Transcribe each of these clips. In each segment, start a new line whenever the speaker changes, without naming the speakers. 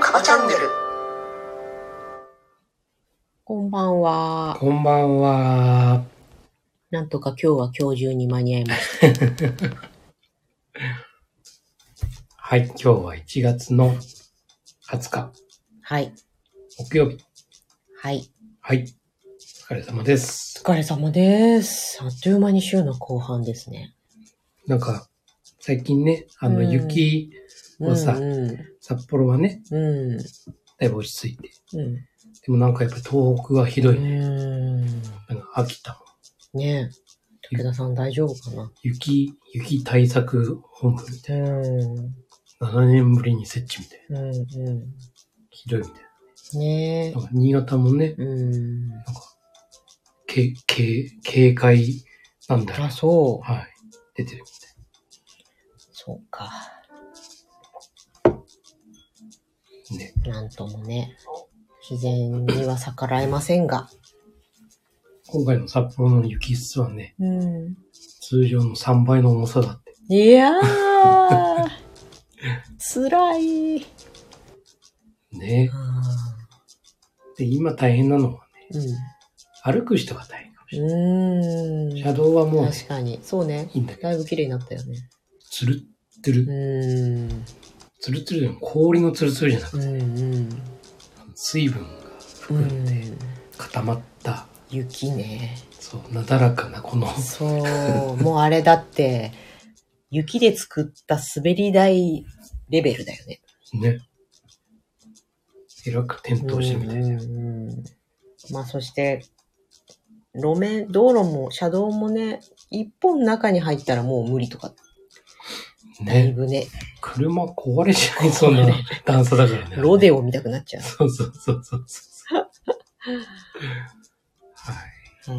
カバチャンネル
こんばんは。
こんばんは
なんとか今日は今日中に間に合いまし
はい今日は1月の20日
た。はい。
木曜日
はい。
はいお疲れ様です
お疲れ様です。あっという間に週の後半ですね。
なんか最近ねあの
うん
雪、もうさ
うん
札幌はね
うん。
だいぶ落ち着いて
うん。
でもなんかやっぱり東北はひど
う
いね、
ん。
なんか秋田も
ねえ。武田さん大丈夫かな
雪雪対策本部みたい
うん。
な7年ぶりに設置みた
う
いな
ん。う。
ひどいみたいなん
ね
なんか新潟もね
え。うん。
けけ警戒なんだろ
あ、
う
そう。
はい出てるみたい
そうか。
なね
なんともね。自然には逆らえませんが。
今回の札幌の雪質はね、
うん。
通常の3倍の重さだって。
いやー。辛 い。
ね。で、今大変なのはね、
う
歩く人が大変かもしれ
ん。う
ない。
ー
車
ん。
道はもうね、
確かに。そうね。
いいんだけど、
だいぶ綺麗になったよね。
つるって
う
る、
ーん。
つるつるでも氷のつるつるじゃな
う
く
ん
て、
うん。
水分が
う
含んで
ん。
固まった、
雪ね。
そう、なだらかなこの、
そう。もうあれだって、雪で作った滑り台レベルだよね。
ね。えらく転倒してるみたいな。
うんうんまあそして、路面、道路も車道もね、一本中に入ったらもう無理とか、だい
ね。
ぶね、
車壊れちゃいそうな
壊れ
段差だからね。
ロデ
オ。
オ見たくなっちゃ
そうそうそうそうそう。はい。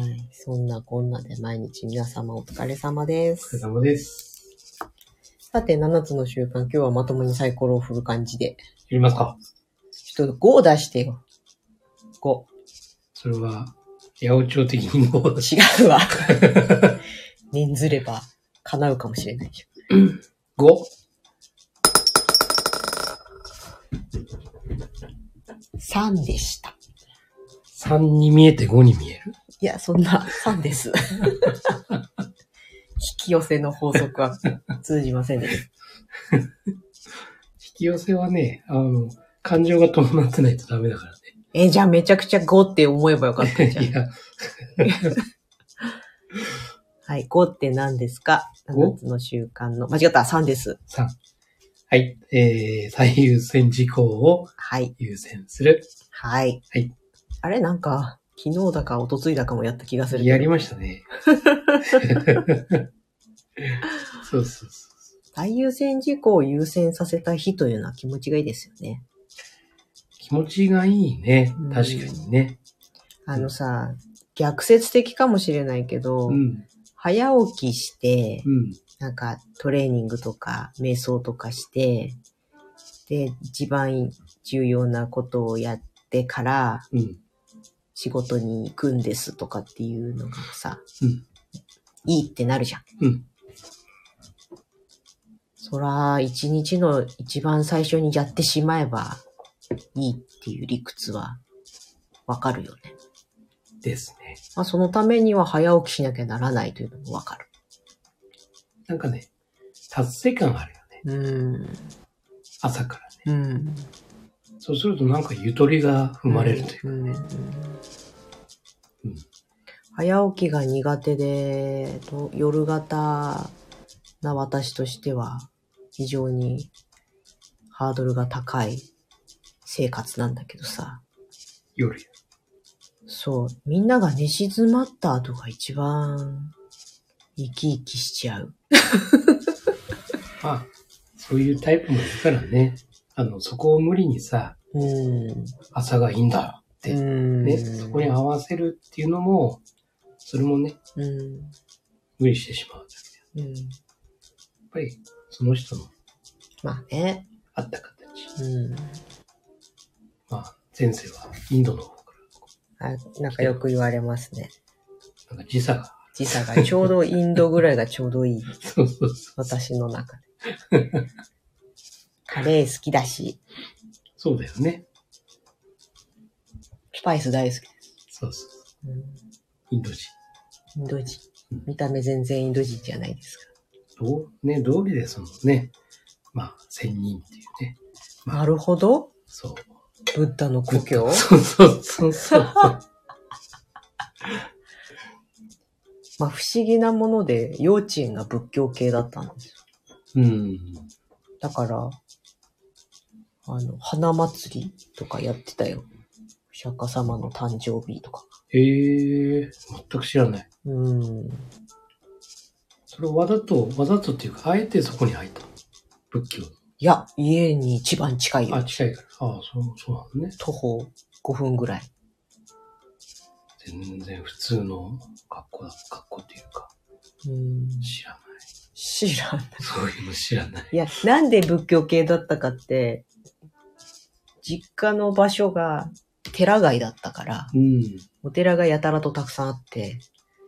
う。はい。そんなこんなで毎日皆様お疲れ様で
お疲れ
す。
様です。
さて、7つの習慣、今日はまともにサイコロを振る感じで。
やりますか
ちょっと5を出してよ。5。
それは、八百長的にどうだし。
違 うわ。念ずれば叶うかもしれないじ
5?
ゃん。3でした。
3に見えて5に見える。
いや、そんな、3です。 引き寄せの法則は通じませんでした。
引き寄せはね、あの、感情が伴ってないとダメだから
え、じゃあめちゃくちゃ5って思えばよかったじゃ
ね。い
ん。
や、
はい、5って何ですか ?7 つの習慣の。間違った、3です。
3。はい。えー、最優先事項を
はい、
優先する。
はい。
はい
あれなんか、昨日だか一昨日だかもやった気がするけど。
やりました ね。そうそうそう。
最優先事項を優先させた日というのは気持ちがいいですよね。
気持ちがいいね
うん。
確かにね。
あのさ、逆説的かもしれないけど、
うん。
早起きして
う、ん。
なんかトレーニングとか瞑想とかして、で、一番重要なことをやってから
うん。
仕事に行くんですとかっていうのがさ、
うん
いいってなるじゃん。
うん。
そら、一日の一番最初にやってしまえばいいっていう理屈はわかるよね。
ですね。
まあ、そのためには早起きしなきゃならないというのもわかる。
なんかね、達成感あるよね。
うん。
朝からね。
うん。
そうするとなんかゆとりが生まれるというかね。
うん
うん
早起きが苦手で、と夜型な私としては、非常にハードルが高い生活なんだけどさ。
夜。
そう。みんなが寝静まった後が一番生き生きしちゃう。
まあ、そういうタイプもいるからね。あの、そこを無理にさ、
うん。
朝がいいんだって。
うん
ね、そこに合わせるっていうのも、それもね、
うん。
無理してしまうだけで。
うん。
やっぱり、その人の
まあね。
あった形。
うん。
まあ、前世はインドの方か
あなんかよく言われますね。
ら、なんか時差が。
時差がちょうどインドぐらいがちょうどいい。
そうそうそう。
私の中で。 カレー好きだし、
そうだよね。
スパイス大好きです。
そうそう。
うん
インド人。
インド人。見た目全然インド人じゃないですか。
どう、ね、どうりでそのね、まあ、仙人っていうね。ま
な
あ、
るほど。
そう。
ブッダの故郷
そうそうそうそう。
まあ不思議なもので、幼稚園が仏教系だったんですよ。
うん。
だから、あの、花祭りとかやってたよ。お釈迦様の誕生日とか。
ええ全く知らない。
うん。
それをわざと、わざとっていうか、あえてそこに入ったの。仏教。
いや、家に一番近い
あ、
よ。
近いから。ああ、そう、そうなのね。
徒歩5分ぐらい。
全然普通の格好だ。格好っていうか、
うん。
知らない。
知らん。
そういうの知らない。
いや、なんで仏教系だったかって、実家の場所が寺街だったから、
うん。
お寺がやたらとたくさんあって、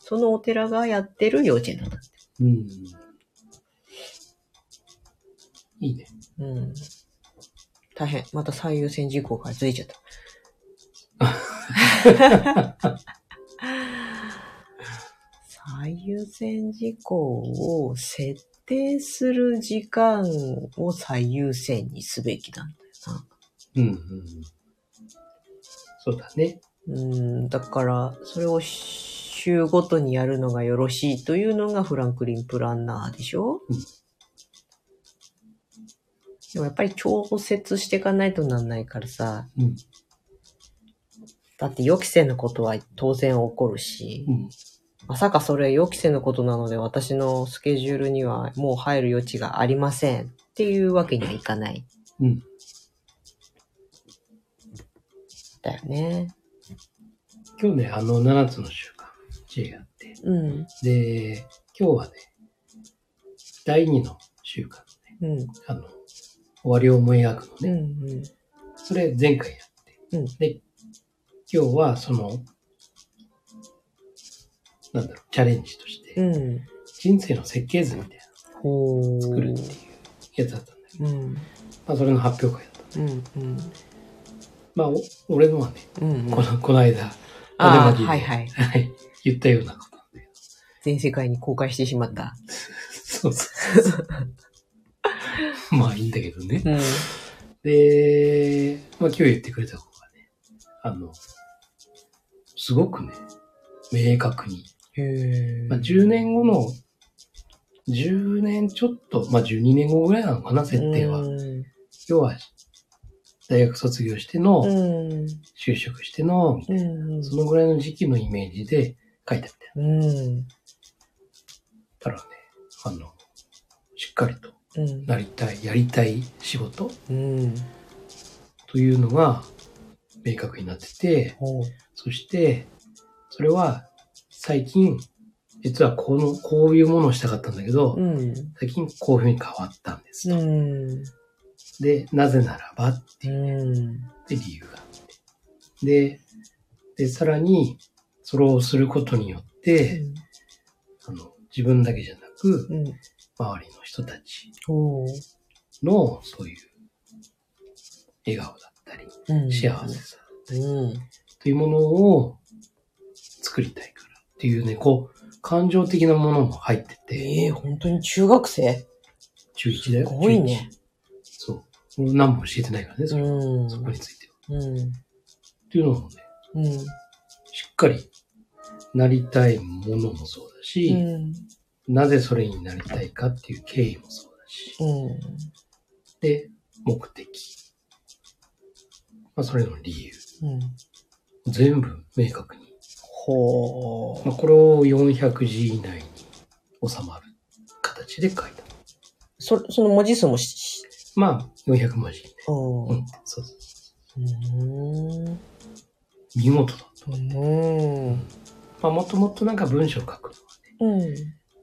そのお寺がやってる幼稚園だった。
うん。いいね。
うん。大変。また最優先事項からずれちゃった。最優先事項を設定する時間を最優先にすべきなんだよ
うん、うん。そうだね。
な。うん、だから、それを週ごとにやるのがよろしいというのがフランクリン・プランナーでしょ、
うん
でもやっぱり調節していかないとなんないからさ、
うん。
だって予期せぬことは当然起こるし、
うん。
まさかそれ予期せぬことなので私のスケジュールにはもう入る余地がありませんっていうわけにはいかない。
うん。
だよね。
今日ね、あの、7つの習慣、知恵があって。
うん。
で、今日はね、第2の習慣、ね、
うん。うん
あの、終わりを思い描くの。
う
ね。
ん。
それ前回やって。
うん
で、今日はその、なんだろう、チャレンジとして、
うん。
人生の設計図みたいな
ほう。
作るっていうやつだったんだけど、
うん。
まあそれの発表会だった。
うん。うん。
まあ、お俺のはね、
うん。
この、この間、
ああ、
お出ま
はい
きで
はい。
はい、言ったようなことなんだけど。
全世界に公開してしまった。
そうそ うそう。まあいいんだけどね。
うん。
で、まあ今日言ってくれた子がね、あの、すごくね、明確に、
へえ。
まあ、10年後の、10年ちょっと、まあ12年後ぐらいなのかな、設定は。
うん。
要は、大学卒業しての、
うん。
就職しての、
うん。
そのぐらいの時期のイメージで書いたみたい
うん。
な。たらね、あの、しっかりと
うん。
なりたい、やりたい仕事
うん。
というのが明確になってて、
ほう。
そして、それは最近、実はこの、こういうものをしたかったんだけど、
うん。
最近こういうふうに変わったんです
う
と。
ん。
で、なぜならばっ
うん。
て理由があって。で、で、さらに、それをすることによって、あの、自分だけじゃなく、
うん。
周りの人たち
おう。
の、そういう、笑顔だったり、
うん
幸せさ
うん。
というものを作りたいからっていうね、こう、感情的なものも入ってて、
ええ本当に中学生
中1だよ。
すごいね
中一。そう。俺何も教えてないからね、それは
ん
そこについては。
うん。
っていうのもね、
うん。
しっかりなりたいものもそうだし、
うん。
なぜそれになりたいかっていう経緯もそうだし、
うん。
で、目的。まあ、それの理由。
うん。
全部明確に。
ほう
まあ、。これを400字以内に収まる形で書いた。
そ、その文字数もし、し
まあ、400文字。
う
うん
ん。、
そうそう。
うん。
見事だと。
うん。
まあ、もともとなんか文章を書くのはね、
うん。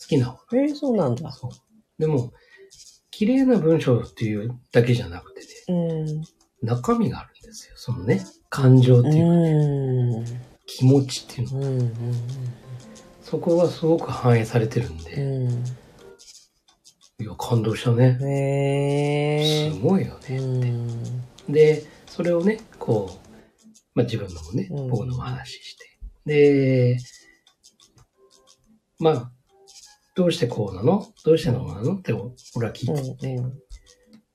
好きな方
ええそうなんだ。
そう。でも、綺麗な文章っていうだけじゃなくてね、
うん。
中身があるんですよ。そのね、感情って
う
いうか、
ん。
気持ちっていうの。
うん。うん。
そこがすごく反映されてるんで、
う
いや、感動したね
ん。。へ
す
え。
ごいよ
う
ね。
ん。
で、それをね、こう、まあ自分のもね、
うん
僕のも話して。で、まあ、どうしてこうなのどうしてのなのって俺は聞いて
うん。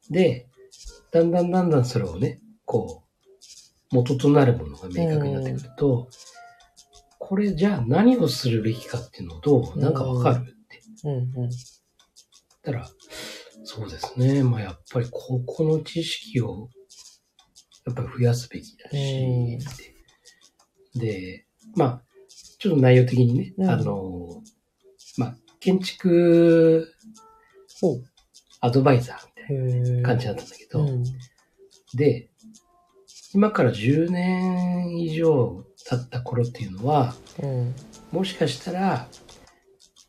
で、だんだんだんだんそれをね、こう、元となるものが明確になってくると、これじゃあ何をするべきかっていうのと、
うん
なんかわかるって
うん。
言ったら、そうですね。まあやっぱりここの知識を、やっぱり増やすべきだし、ってで、まあ、ちょっと内容的にね、
うん
あの、まあ、建築
ほう。
アドバイザーみたい
へえ。
な感じだったんだけど、
うん。
で、今から10年以上経った頃っていうのは、
うん。
もしかしたら、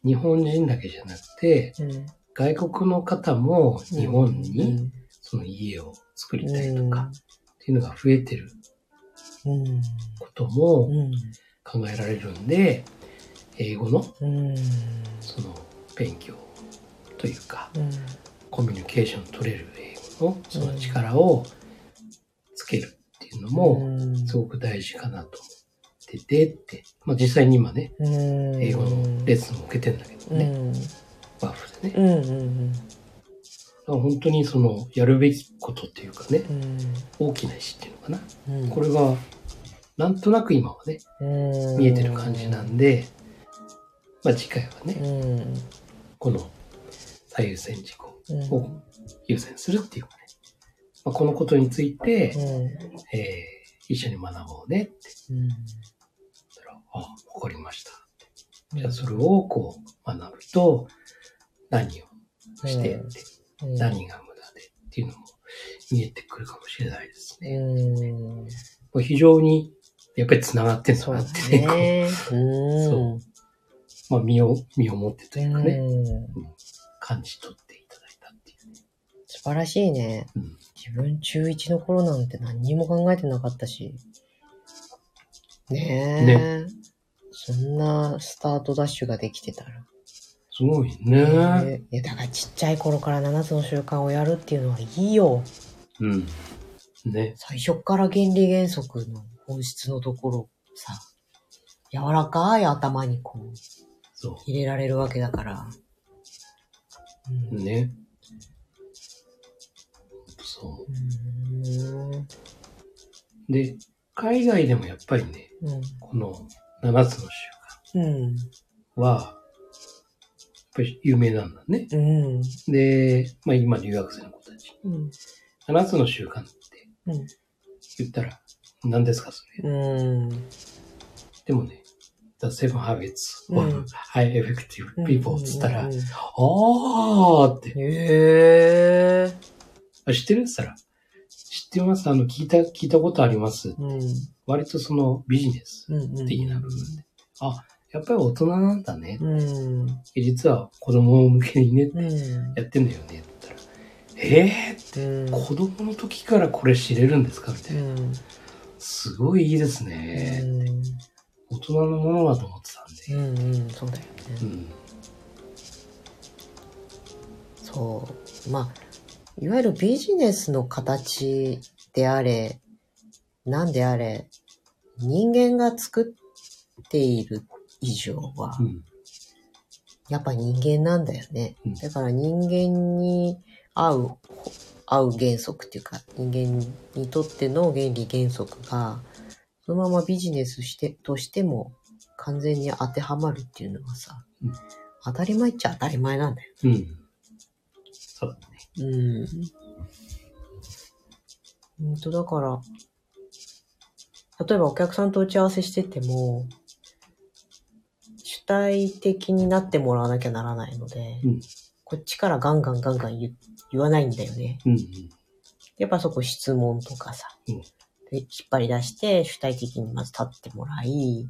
日本人だけじゃなくて、
うん。
外国の方も日本にその家を作りたいとかっていうのが増えてる
うん。うん。
こと
う
も
ん。
考えられるんで、英語の
うん。
その勉強というか、
うん。
コミュニケーション取れる英語のその力をつけるっていうのも、
う
すごく大事かなと思っててって、まあ、実際に今ね英
英
語のレッスンも受けてんだけどね、ワーフでね
う、んうん
まあ本当にそのやるべきことっていうかね
うん
大きな石っていうのかな
うん
これがなんとなく今はね
れ
見えてる感じなんで、まあ、次回はね
うん
この最優先事項
うん
を優先するっていうかね、まあ、このことについて、えー一緒に学ぼうねって
うん
言ったら「あわかりました」じゃあそれをこう学ぶと何をしてって、
うん
何が無駄でっていうのも見えてくるかもしれないですね。
うん
これ非常にやっぱり繋がってんだ
そう
な
だ
ってね、
ね
そ こうまあ、身を身をもってというかね、
うん
感じ取っていただいたっていうね。
素晴らしいね
うん
自分中1の頃なんて何にも考えてなかったしねえそんなスタートダッシュができてたら
すごいね。
いやだからちっちゃい頃から7つの習慣をやるっていうのはいいよ
うん。ね。
最初っから原理原則の本質のところをさ柔らかい頭にこう
そ
入れられるわけだから、
う。
うん
ね。そう
ーん
う。で、海外でもやっぱりね、
うん
この7つの習
うん
慣は、やっぱり有名なんだね。
うん
で、まあ今留学生の子たち、
うん
7つの習慣って
うん
言ったら、何ですかそれ。
うん
でもね、The Seven Habits
うん
of High Effective People って言ったら、
うんうんうん
あーって、
へえ
あ知ってるって言ったら、知ってますあの、聞いた、聞いたことあります。
うん
割とそのビジネス
うんうん
的な部分で。あ、やっぱり大人なんだね。
うん
実は子供向けにね、
うん
やってんだよね。って言ったら、え
う
ー、
ん
子供の時からこれ知れるんですかみたいな
う。ん
すごいいいですね。大人のものだと思ってたん
う
で。
んうんそうだよね、
うん。
そうまあいわゆるビジネスの形であれ何であれ人間が作っている以上は
うん。
やっぱ人間なんだよね
うん
だから人間に合う合う原則っていうか人間にとっての原理原則がそのままビジネスしてとしても完全に当てはまるっていうのはさ
うん
当たり前っちゃ当たり前なんだよ
うん。そうだね。
うん。うんと、だから、例えばお客さんと打ち合わせしてても、主体的になってもらわなきゃならないので、
うん
こっちからガンガンガンガン言言わないんだよね。
うん。
やっぱそこ質問とかさ、
うん
で引っ張り出して主体的にまず立ってもらい、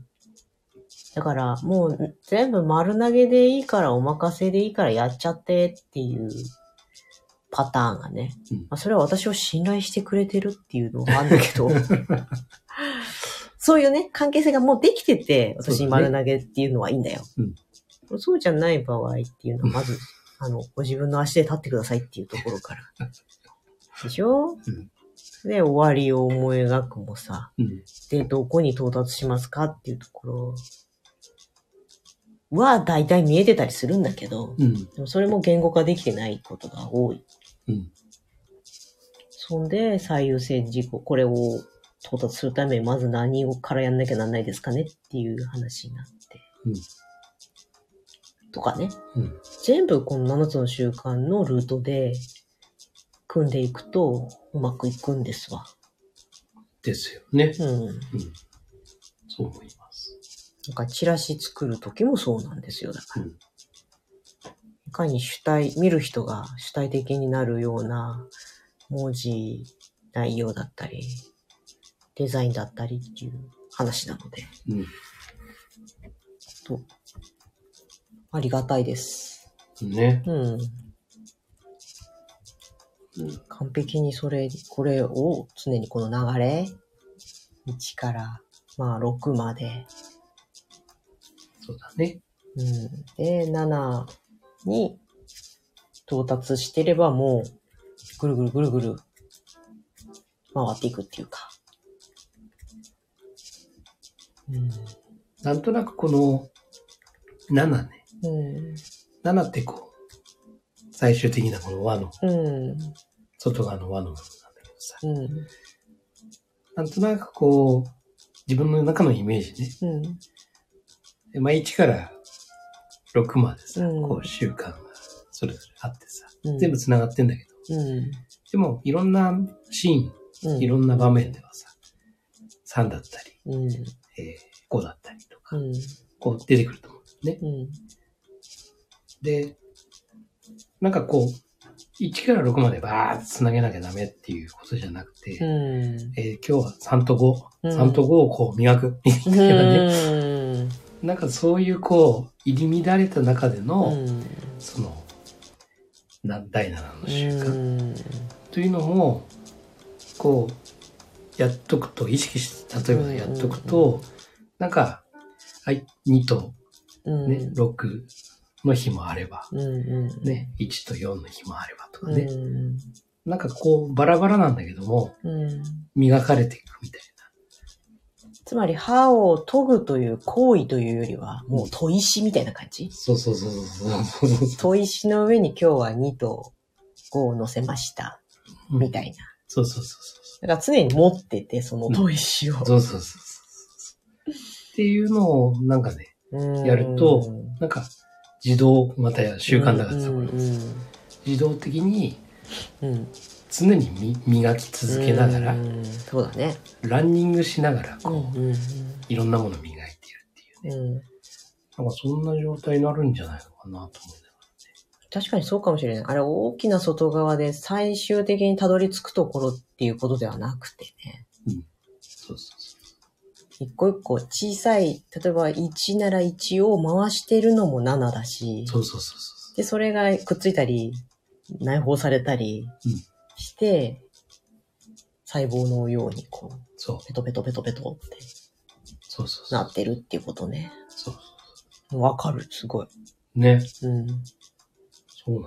だからもう全部丸投げでいいからお任せでいいからやっちゃってっていうパターンがね。
うん
まあ、それは私を信頼してくれてるっていうのがあるんだけ ど、そういうね、関係性がもうできてて、私に丸投げっていうのはいいんだよ。そう,、じゃない場合っていうのは、まず、あの、ご自分の足で立ってくださいっていうところから。でしょ、
うん
で、終わりを思い描くもさ、
うん。
で、どこに到達しますかっていうところは大体見えてたりするんだけど、
うん。
でもそれも言語化できてないことが多い。
うん。
そんで、最優先事項、これを到達するためにまず何をからやんなきゃなんないですかねっていう話になって。
うん
とかね。
うん。
全部この7つの習慣のルートで組んでいくとうまくいくんですわ。
ですよね。
うん。
うん。そう思います。
なんかチラシ作る時もそうなんですよ。だから。
うん
いかに主体、見る人が主体的になるような文字、内容だったり、デザインだったりっていう話なので、
うん。
と、ありがたいです。
ね。
うん。
うん。
完璧にそれ、これを常にこの流れ、1から、まあ6まで、
そうだね。
うん、で、7に到達してればもう、ぐるぐるぐるぐる回っていくっていうか。うん。
なんとなくこの7ね。
うん。
7ってこう、最終的なこの輪の、
うん。
外側の輪の部分なんだけどさ。
うん。
なんとなくこう、自分の中のイメージね。
うん。
でまあ、1から6までさ、
うん
こう習慣がそれぞれあってさ、
うん
全部繋がってんだけど、
うん。
でもいろんなシー
うん。
ン、いろんな場面ではさ、3だった
うん。
り、えー5だったりと
う
か、
ん。
こう出てくると思うんだよね。
うん。
で、なんかこう、1から6までバーッと繋げなきゃダメっていうことじゃなくて、
うん。
えー今日は3と5、
うん
3と5をこう磨くみ たいなね、
うん。
なんかそういうこう、入り乱れた中での、
うん。
その、な第7の習慣
うん
というのを、こう、やっとくと、意識して、例えばやっとくと、
うん
なんか、はい、2と、
うん。
ね、6の日もあれば、
うん。うん。
ね、1と4の日もあればとか
う
ね、
ん。
なんかこう、バラバラなんだけども、
うん。
磨かれていくみたい
つまり歯を研ぐという行為というよりは、もう砥石みたいな感じ
な。そうそうそうそうそうそう。
砥石の上に今日は2と5を乗せました、みた
い。
いな。
そうそうそうそう。
だから常に持ってて、その砥石を。
そうそうそうそうそう。っていうのを、なんかね、
うん
やると、なんか、自動、またや習慣だからさ、
うん
これ自動的に
うん
常にみ磨き続けながら、
うんそうだね。
ランニングしながら、こう、
うんうん
いろんなもの磨いているっていうね。
うん
なんかそんな状態になるんじゃないのかなと思
確かにそうかもしれない。あれ、大きな外側で最終的にたどり着くところっていうことではなくてね。
う。そうそうそ
一個一個小さい、例えば1なら1を回してるのも7だし。
う。そうそうそうそ
で、それがくっついたり、内包されたり
うん
して、細胞のようにこう、
う。そう
ペトペトペトペトって
そうそうそ
な
う。
ってるっていうことね。
そうそ
わかる、すごい。
うね。
うん。
そうなの。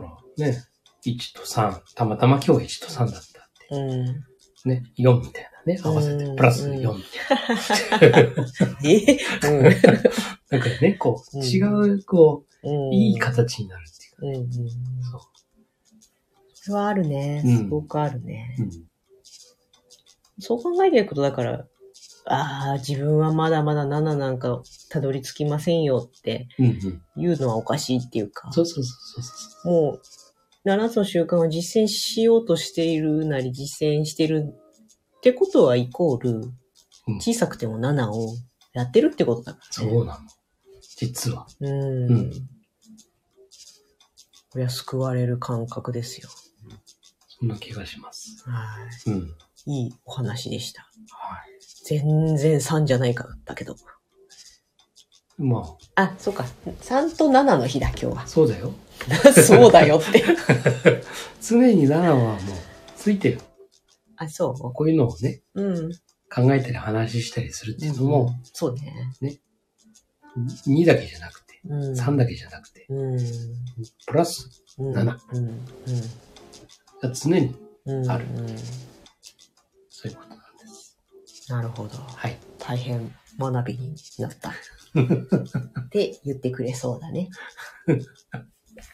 だから、ね、1と3、たまたま今日は1と3だったって。
うん。
ね、4みたいなね、合わせ
う
て、
ん
プラス4みたいな。
え
なんかね、こう、
うん
違う、こ
う
う、
ん。
いい形になるっていうか
うん。うん。
そう
それはあるね。
うん
すごくあるね。
うん。
そう考えていくと、だから、ああ、自分はまだまだ7なんかたどり着きませんよって
うんうん。
言うのはおかしいっていうか。
そうそうそうそうそ
もう、7つの習慣を実践しようとしているなり、実践してるってことはイコール、
うん
小さくても7をやってるってことだか
う。
ら、ね。
そうなの。実は。
うん。
うん
これは救われる感覚ですよ。
そんな気がします。
は
うん。
い。いいお話でした。
はい。
全然3じゃないかだけど。
ま
あ、そうか。3と7の日だ、今日は
あ、。そうだよ。
そうだよって。
常に奈良はもうついてる。
あ、そ
こういうのをね、
ううん。
考えたり話したりするっていうのも、
そうね。
2だけじゃなくて、
うん。
3だけじゃなくて、
うん。
プラス、
うん。
七
うん。
常に
うん。うん。
ある
うん
そういうことなんです。
なるほど。
はい。
大変学びにな った。って言ってくれそうだね。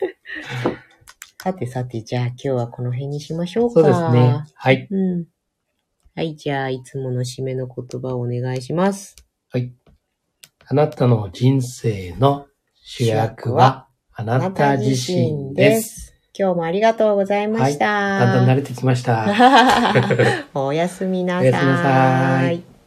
さてさて、じゃあ今日はこの辺にしましょうか。
そうですね。。はい。
うん。はい、じゃあいつもの締めの言葉をお願いします。
はい。あなたの人生の主役はあなた自身です。。
今日もありがとうございました。
だんだん慣れてきました。
おやすみなさ
おやすみなさ
ー
ー
い
い。